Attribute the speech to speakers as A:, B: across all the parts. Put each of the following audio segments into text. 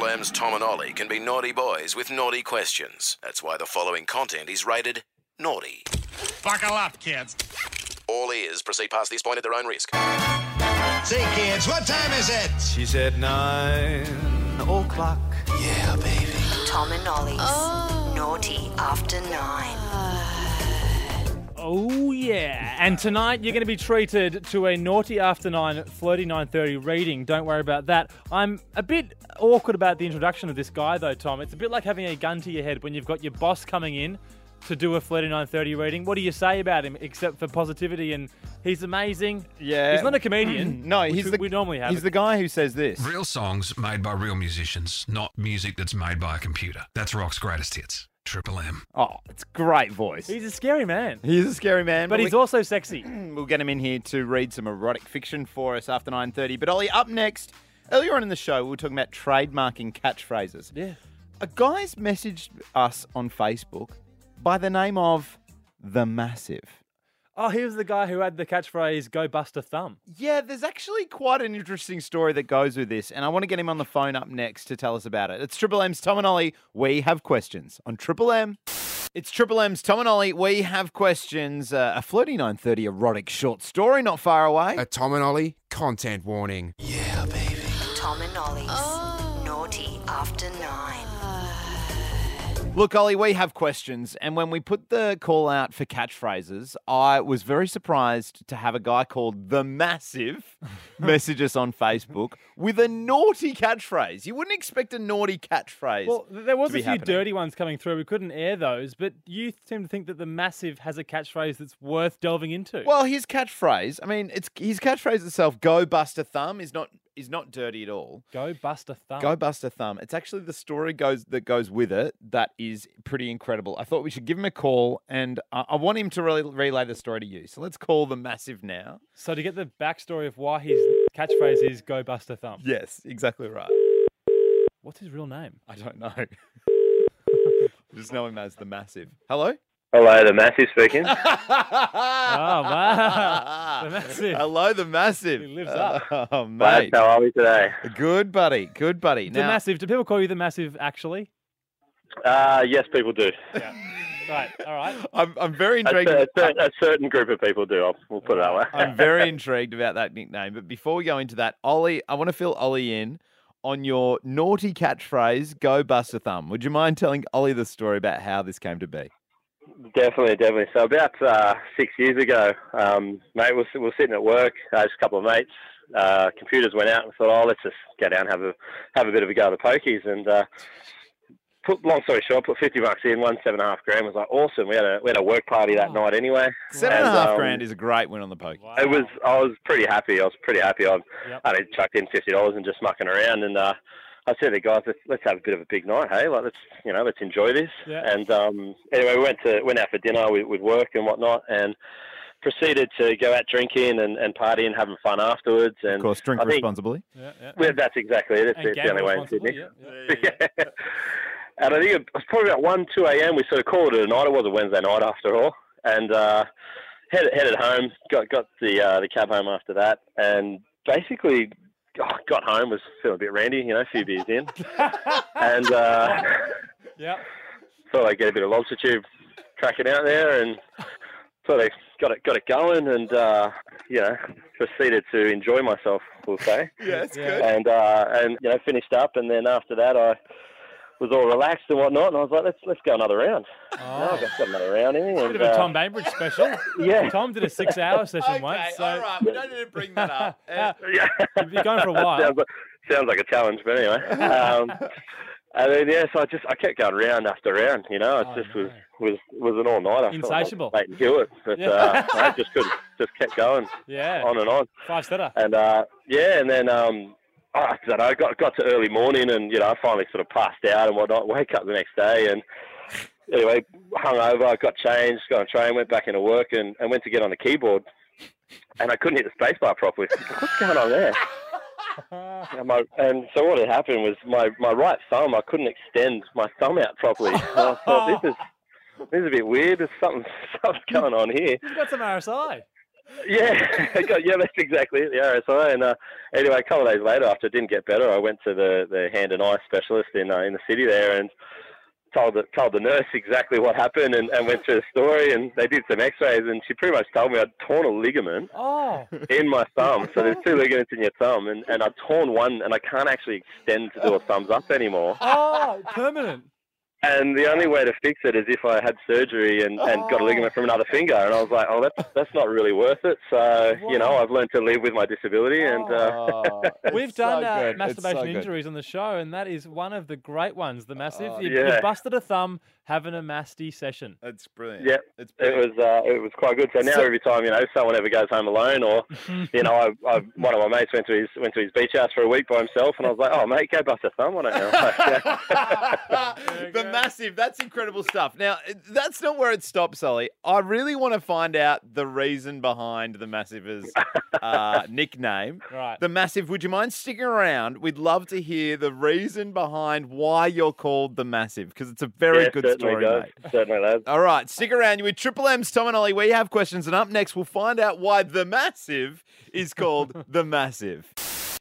A: Lamb's Tom and Ollie can be naughty boys with naughty questions. That's why the following content is rated naughty.
B: Buckle up, kids.
A: All ears proceed past this point at their own risk.
C: See, kids, what time is it?
D: She said nine o'clock.
E: Tom and Ollie's Naughty After Nine.
F: Oh yeah! And tonight you're going to be treated to a naughty after nine, flirty nine thirty reading. Don't worry about that. I'm a bit awkward about the introduction of this guy though, Tom. It's a bit like having a gun to your head when you've got your boss coming in to do a flirty nine thirty reading. What do you say about him except for positivity? And he's amazing.
G: Yeah.
F: he's not a comedian.
G: No,
F: which
G: he's
F: we,
G: the
F: we normally have.
G: He's the guy who says this.
H: Real songs made by real musicians, not music that's made by a computer. That's rock's greatest hits. Triple M.
G: Oh, it's great voice.
F: He's a scary man,
G: He's a scary man,
F: but he's also sexy.
G: we'll get him in here to read some erotic fiction for us after 9:30. But Ollie, up next, earlier on in the show, we were talking about trademarking catchphrases.
F: Yeah.
G: A guy's messaged us on Facebook by the name of the Massive.
F: Oh, he was the guy who had the catchphrase "Go bust a thumb."
G: Yeah, there's actually quite an interesting story that goes with this, and I want to get him on the phone up next to tell us about it. It's Triple M's Tom and Ollie. We have questions on Triple M. It's Triple M's Tom and Ollie. We have questions. Uh, a flirty 9:30 erotic short story not far away.
I: A Tom and Ollie content warning.
E: Tom and Ollie's Naughty After Nine.
G: Look, Ollie, we have questions, and when we put the call out for catchphrases, I was very surprised to have a guy called the Massive message us on Facebook with a naughty catchphrase. You wouldn't expect a naughty catchphrase.
F: Well, th- there was a
G: to be
F: few
G: happening.
F: dirty ones coming through. We couldn't air those, but you seem to think that the massive has a catchphrase that's worth delving into.
G: Well, his catchphrase. I mean, it's his catchphrase itself. Go bust a thumb is not is not dirty at all.
F: go bust a thumb.
G: Go bust a thumb. It's actually the story goes that goes with it that is pretty incredible. I thought we should give him a call, and I, I want him to really relay the story to you. So let's call the massive now.
F: so to get the backstory of why his catchphrase is "Go bust a thumb,"
G: Yes, exactly right.
F: what's his real name?
G: I don't know. Just know him as the massive. Hello.
J: Hello, the massive speaking.
F: Oh, wow. The Massive.
G: Hello, the massive.
F: He lives up.
G: Oh,
J: Lads,
G: mate.
J: how are we today?
G: Good buddy. Good buddy.
F: The massive. Do people call you the massive? Actually,
J: Uh, yes, people do.
F: right. All right.
G: I'm, I'm very
J: A,
G: intrigued.
J: cer- a cer- a certain group of people do. I'll, we'll put it that way.
G: I'm very intrigued about that nickname. But before we go into that, Ollie, I want to fill Ollie in on your naughty catchphrase, go bust a thumb. Would you mind telling Ollie the story about how this came to be?
J: Definitely, definitely. So about uh, six years ago, um, mate, we we're, we're sitting at work, uh, just a couple of mates. Uh, computers went out, and thought, oh, let's just go down and have a have a bit of a go at the pokies. And uh, put long story short, put fifty bucks in, won seven and a half grand. Was like awesome. We had a we had a work party that night anyway.
G: Seven and a half
J: um,
G: grand is a great win on the poker.
J: It was. I was pretty happy. I was pretty happy. I,
F: Yep.
J: I had chucked in fifty dollars and just mucking around, and uh, I said to the guys, let's, "Let's have a bit of a big night, hey? Like, let's you know, let's enjoy this."
F: Yeah.
J: And um, anyway, we went to went out for dinner with, with work and whatnot, and proceeded to go out drinking and, and partying, having fun afterwards. And
G: Of course, drink
J: I think-
G: responsibly.
F: Yeah. yeah.
J: well, that's exactly it. It's,
F: And
J: it's the
F: gamble
J: only way in
F: responsibly,
J: Sydney.
F: yeah, yeah.
J: and I think it was probably about 1, 2 a.m. We sort of called it a night. It was a Wednesday night after all. And uh, headed, headed home, got, got the, uh, the cab home after that. And basically oh, got home, was feeling a bit randy, you know, a few beers in. and uh,
F: Yeah.
J: thought I'd get a bit of lobster tube cracking out there and sort of got it, got it going and, uh, you know, proceeded to enjoy myself, we'll say
G: Yeah, it's
F: Yeah.
J: and uh, and you know finished up, and then after that I was all relaxed and whatnot, and I was like, let's let's go another round.
F: Oh.
J: I've got another round in me,
F: Bit
J: and,
F: of a
J: uh,
F: Tom Bainbridge special.
J: yeah,
F: Tom did a six-hour session once. So
G: We don't need to bring that up.
J: yeah.
F: you've been going for a
J: That
F: while.
J: sounds, like, sounds like a challenge, but anyway. Um, and then yeah, so I just I kept going round after round. You know, it
F: Oh,
J: just was
F: no.
J: was was an all nighter.
F: Insatiable.
J: Like, Leighton Hewitt, but
F: Yeah.
J: uh, I just couldn't just kept going
F: Yeah.
J: on and on.
F: Five setter.
J: And uh, yeah, and then um, oh, after that, I got got to early morning, and you know, I finally sort of passed out and whatnot. Wake up the next day, and anyway, hung over, got changed, got on a train, went back into work, and, and went to get on the keyboard, and I couldn't hit the spacebar properly. What's going on there? And, my, and so what had happened was my, my right thumb, I couldn't extend my thumb out properly. And I thought this is this is a bit weird. There's something something's going on here.
F: You've got some RSI.
J: Yeah, I got- yeah, that's exactly it. The RSI. And uh, anyway, a couple of days later, after it didn't get better, I went to the, the hand and eye specialist in uh, in the city there and told the, told the nurse exactly what happened and, and went through the story. And they did some X-rays, and she pretty much told me I'd torn a ligament
F: Oh,
J: in my thumb. So there's two ligaments in your thumb, and, and I've torn one, and I can't actually extend to do a thumbs up anymore.
F: oh, permanent.
J: And the only way to fix it is if I had surgery and, and got a ligament
G: Oh.
J: from another finger. And I was like, oh, that's that's not really worth it. So you know, I've learned to live with my disability. And
G: Oh.
J: uh,
F: We've done
G: so
F: uh,
G: good. It's so
F: masturbation
G: good.
F: injuries on the show, and that is one of the great ones. The massive.
G: Oh,
F: you,
J: yeah.
F: you busted a thumb having a masty session.
G: It's brilliant.
J: Yep.
G: It's
J: it
G: brilliant.
J: was uh, it was quite good. So now every time you know someone ever goes home alone, or you know, I, I one of my mates went to his went to his beach house for a week by himself, and I was like, oh mate, go bust a thumb on it. now."
G: the massive. That's incredible stuff. Now, that's not where it stops, Ollie. I really want to find out the reason behind the massive's uh, nickname.
F: Right.
G: The massive. Would you mind sticking around? We'd love to hear the reason behind why you're called the massive because it's a very
J: Yeah,
G: good
J: certainly
G: story,
J: does.
G: mate.
J: Certainly does.
G: All right, stick around. You're with Triple M's Tom and Ollie. We have questions, and up next, we'll find out why the massive is called the massive.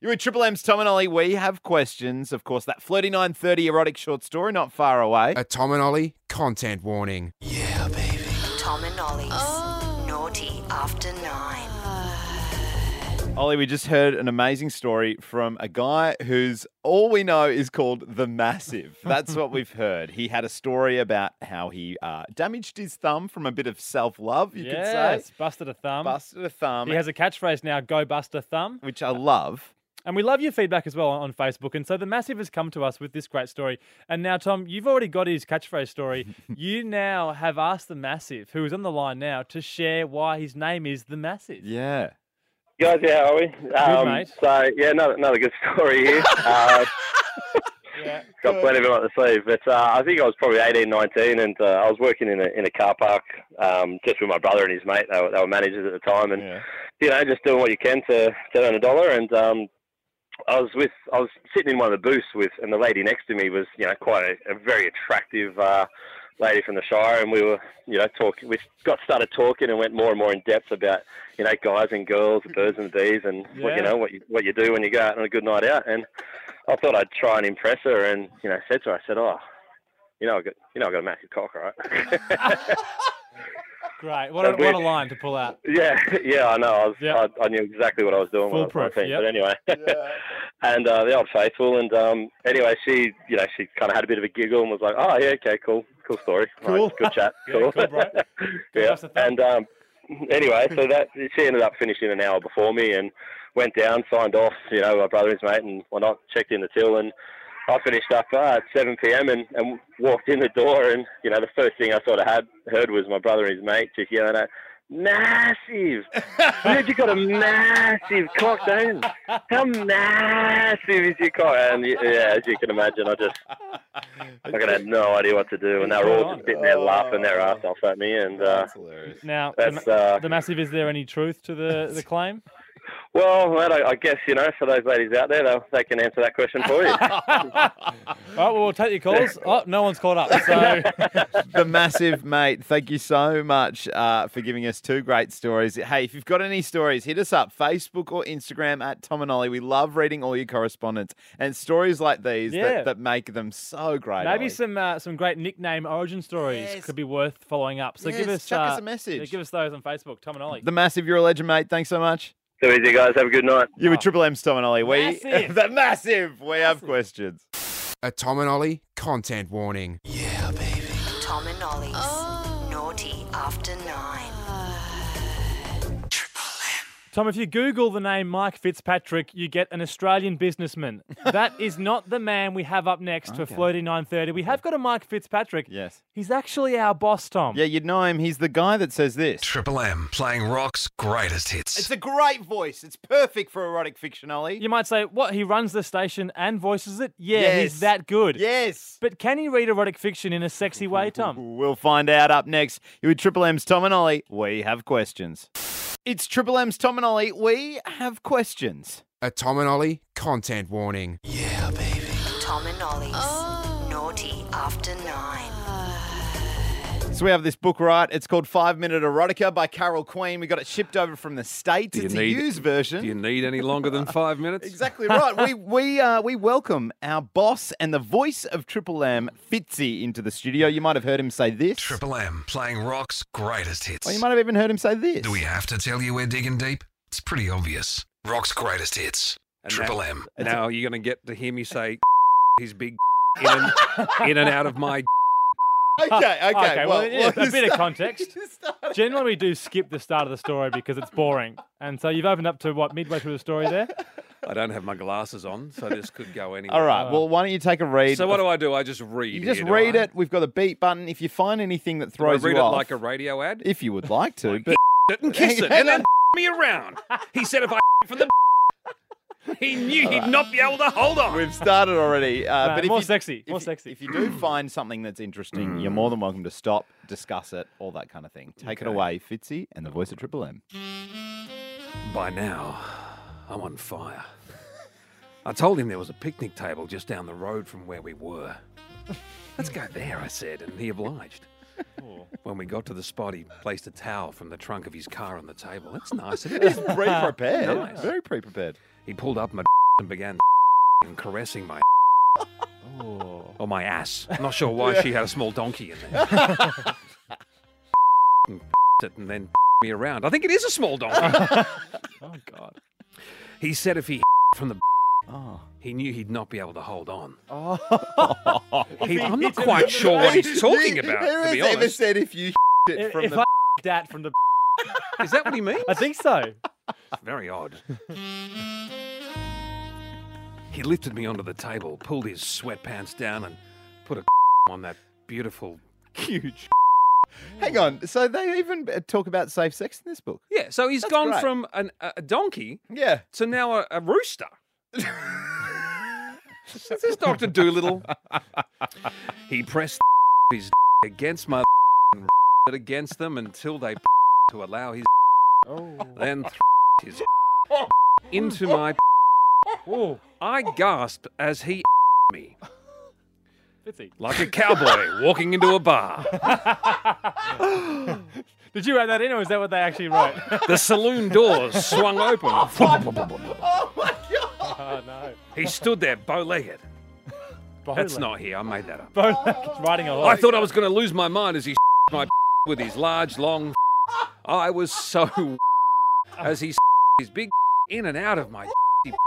G: You're with Triple M's Tom and Ollie. We have questions. Of course, that flirty nine thirty erotic short story not far away.
I: A Tom and Ollie content warning.
E: Tom and Ollie's Naughty After Nine.
G: Ollie, we just heard an amazing story from a guy who's all we know is called the massive. That's what we've heard. He had a story about how he uh, damaged his thumb from a bit of self love. You could
F: yes,
G: say
F: busted a thumb.
G: busted a thumb.
F: He has a catchphrase now: "Go bust a thumb."
G: which I love.
F: And we love your feedback as well on on Facebook. And so the massive has come to us with this great story. And now, Tom, you've already got his catchphrase story. you now have asked the massive, who is on the line now, to share why his name is the massive.
G: Yeah.
J: You guys, how are we? Um,
F: mate.
J: So yeah, another, another good story here. Uh, Got plenty of it on the sleeve, but uh, I think I was probably 18, 19, and uh, I was working in a in a car park um, just with my brother and his mate. They were, they were managers at the time, and
G: Yeah.
J: you know, just doing what you can to, to earn a dollar. And um, I was with, I was sitting in one of the booths with, and the lady next to me was, you know, quite a, a very attractive uh, lady from the Shire. And we were, you know, talking. We got started talking and went more and more in depth about, you know, guys and girls, the birds and the bees, and what
F: Yeah.
J: you know, what you what you do when you go out on a good night out. And I thought I'd try and impress her, and you know, said to her, I said, oh. You know, I got, you know, I got a massive cock, right?
F: Great. What a,
J: And we-
F: what a line to pull out.
J: Yeah, yeah, I know. I, was,
F: Yeah.
J: I, I knew exactly what I was doing when I was
F: Foolproof,
J: 19,
F: yep.
J: But anyway, and uh, the old faithful. And um, anyway, she, you know, she kind of had a bit of a giggle and was like, "Oh yeah, okay, cool, cool story, All
F: Cool.
J: right, good chat,
F: Yeah, cool, bro.
J: yeah.
F: That's the thing.
J: And um, anyway, so that she ended up finishing an hour before me and went down, signed off, you know, my brother and his mate and whatnot, checked in the till and I finished up uh, at 7 p.m. And, and walked in the door and, you know, the first thing I sort of had heard was my brother and his mate just yelling out, massive. Dude, you got a massive cock, don't you? How massive is your cock? And y- yeah, as you can imagine, I just, I could have no idea what to do. And they were all just sitting there laughing their ass off at me. And uh,
F: Now, the,
J: that's,
F: ma-
J: uh,
F: the massive, is there any truth to the, the claim?
J: Well, mate, I, I guess you know for those ladies out there, they'll- they can answer that question for you.
F: Oh, well, we'll take your calls. Oh, no one's called up. So
G: the massive mate. Thank you so much uh, for giving us two great stories. Hey, if you've got any stories, hit us up Facebook or Instagram at Tom and Ollie. We love reading all your correspondence and stories like these
F: Yeah.
G: that, that make them so great.
F: maybe
G: Ollie.
F: some uh, some great nickname origin stories
G: Yes.
F: could be worth following up. So give
G: Yes,
F: us
G: chuck us
F: uh,
G: a message.
F: yeah, give us those on Facebook, Tom and Ollie.
G: the massive. You're a legend, mate. Thanks so much.
J: so easy, guys. Have a good night.
G: You were Triple M's Tom and Ollie. We
F: Oh. Massive.
G: the massive. We have questions.
I: A Tom and Ollie content warning.
E: Tom and Ollie's Naughty After Nine.
F: Tom, if you Google the name Mike Fitzpatrick, you get an Australian businessman. That is not the man we have up next for Flirty 930. We have got a Mike Fitzpatrick.
G: Yes.
F: He's actually our boss, Tom.
G: Yeah, you'd know him. He's the guy that says this.
H: Triple M playing rock's greatest hits.
G: a great voice. It's perfect for erotic fiction, Ollie.
F: You might say, what? He runs the station and voices it? Yeah,
G: Yes.
F: he's that good.
G: Yes.
F: But can he read erotic fiction in a sexy way, Tom?
G: We'll find out up next. You with Triple M's Tom and Ollie. We have questions. It's Triple M's Tom and Ollie. We have questions.
I: A Tom and Ollie content warning.
E: Tom and Ollie's Naughty After Nine.
G: So we have this book, right? It's called Five Minute Erotica by Carol Queen. We got it shipped over from the States.
K: you
G: It's
K: need-
G: a used version.
K: Do you need any longer than five minutes?
G: Exactly right. we we uh, we welcome our boss and the voice of Triple M, Fitzy, into the studio. You might have heard him say this.
H: Triple M playing rock's greatest hits.
G: Or you might have even heard him say this.
H: Do we have to tell you we're digging deep? It's pretty obvious. Rock's greatest hits.
K: And
H: Triple
K: now-
H: M.
K: Now you're going to get to hear me say his big in and, in and out of my.
G: Okay, okay.
F: okay, well, yeah,
G: you
F: a bit of
G: start-
F: context.
G: you start-
F: Generally, we do skip the start of the story because it's boring. And so you've opened up to what midway through the story there.
G: Uh,
K: I don't have my glasses on, so this could go anywhere.
G: All right. Well, why don't you take a read?
K: So what do I do? I just read.
G: you just
K: here, do
G: read
K: I?
G: it. We've got a beat button. If you find anything that
K: Do I
G: throws
K: read
G: you
K: it
G: off,
K: like a radio ad.
G: if you would like to, but
K: it and kiss it, and then me around. He said if I from the he knew he'd not be able to hold on.
G: we've started already. Uh,
F: Nah,
G: but if
F: more
G: you,
F: sexy,
G: if
F: more
G: you-
F: sexy.
G: If you do find something that's interesting, you're
K: Mm.
G: more than welcome to stop, discuss it, all that kind of thing. Take it away, Fitzy, and the voice of Triple M.
K: By now, I'm on fire. I told him there was a picnic table just down the road from where we were. Let's go there, I said, and he obliged. When we got to the spot, he placed a towel from the trunk of his car on the table. That's nice. isn't it?
G: Very prepared.
K: Nice.
G: Very pre-prepared.
K: He pulled up my and began and caressing my or my ass. I'm not sure why she had a small donkey in there. and it and then me around. I think it is a small donkey.
F: Oh, God.
K: he said if he from the
G: Oh.
K: he knew he'd not be able to hold on.
G: Oh.
K: He- I'm not quite sure what he's talking about.
G: Who
K: To
G: has
K: be
G: ever
K: honest,
G: said if you it
F: If,
G: from
F: if
G: the
F: I that from the.
K: is that what he means?
F: I think so.
K: Very odd. he lifted me onto the table, pulled his sweatpants down, and put a on that beautiful
G: huge? Hang on. So they even uh, talk about safe sex in this book.
K: Yeah, so he's
G: That's
K: gone
G: great.
K: from an, a a donkey
G: Yeah.
K: to now a, a rooster. Is this Doctor Doolittle? he pressed his against my and it against them until they to allow his then his into my.
F: Oh,
K: I gasped as he me
F: Fitzy.
K: like a cowboy walking into a bar.
F: Did you write that in, or is that what they actually wrote?
K: The saloon doors swung open.
G: Oh my god.
F: oh, no.
K: he stood there bow-legged. That's
F: Bowler.
K: not here. I made that up.
F: Bowler. Riding a
K: I
F: horse.
K: thought I was going to lose my mind as he my with his large, long. I was so as he his big in and out of my.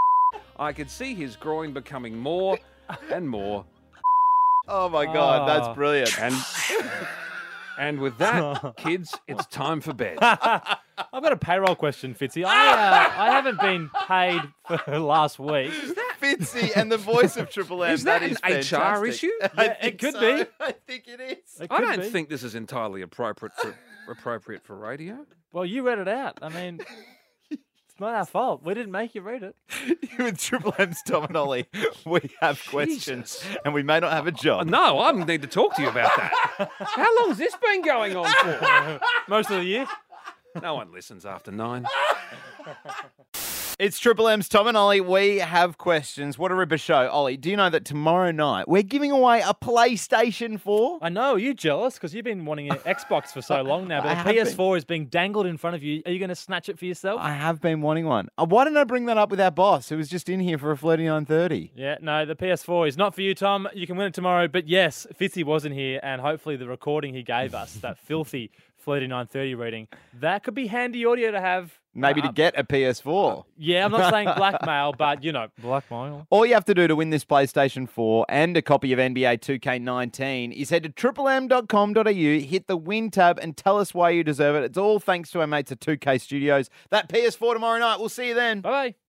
K: I could see his groin becoming more and more,
G: Oh my god.
F: Ah.
G: That's brilliant.
K: and and with that, kids, it's time for bed.
F: I've got a payroll question, Fitzy. I, uh, I haven't been paid for last week.
G: Fitzy and the voice of Triple M.
K: Is that
G: is
K: an HR
G: fantastic.
K: issue?
G: I
F: Yeah, it
G: think
F: could
G: so.
F: be.
G: I think it is.
F: It
K: I
F: could
K: don't
F: be.
K: think this is entirely appropriate for appropriate for radio.
F: Well, you read it out. I mean, it's not our fault. We didn't make you read it.
G: With Triple M's Tom and Ollie, we have questions, and we may not have a job.
K: Oh, No, I need to talk to you about that. How long has this been going on for?
F: Most of the year.
K: No one listens after nine.
G: It's Triple M's Tom and Ollie. We have questions. What a ripper show. Ollie, do you know that tomorrow night we're giving away a PlayStation 4?
F: I know. Are you jealous? Because you've been wanting an Xbox for so long now,
G: I
F: but
G: have
F: the PS4 is being dangled in front of you. Are you going to snatch it for yourself?
G: I have been wanting one. Uh, why didn't I bring that up with our boss who was just in here for a flirty 930?
F: Yeah, no, the PS4 is not for you, Tom. You can win it tomorrow. But yes, Fitzy wasn't here, and hopefully the recording he gave us, that filthy Flirty 930 reading, that could be handy audio to have.
G: Maybe to
F: Uh,
G: get a PS4.
F: Yeah, I'm not saying blackmail, but you know, blackmail.
G: All you have to do to win this PlayStation 4 and a copy of NBA 2K19 is head to triplem.com.au, hit the win tab, and tell us why you deserve it. It's all thanks to our mates at 2K Studios. That PS4 tomorrow night. We'll see you then.
F: Bye bye.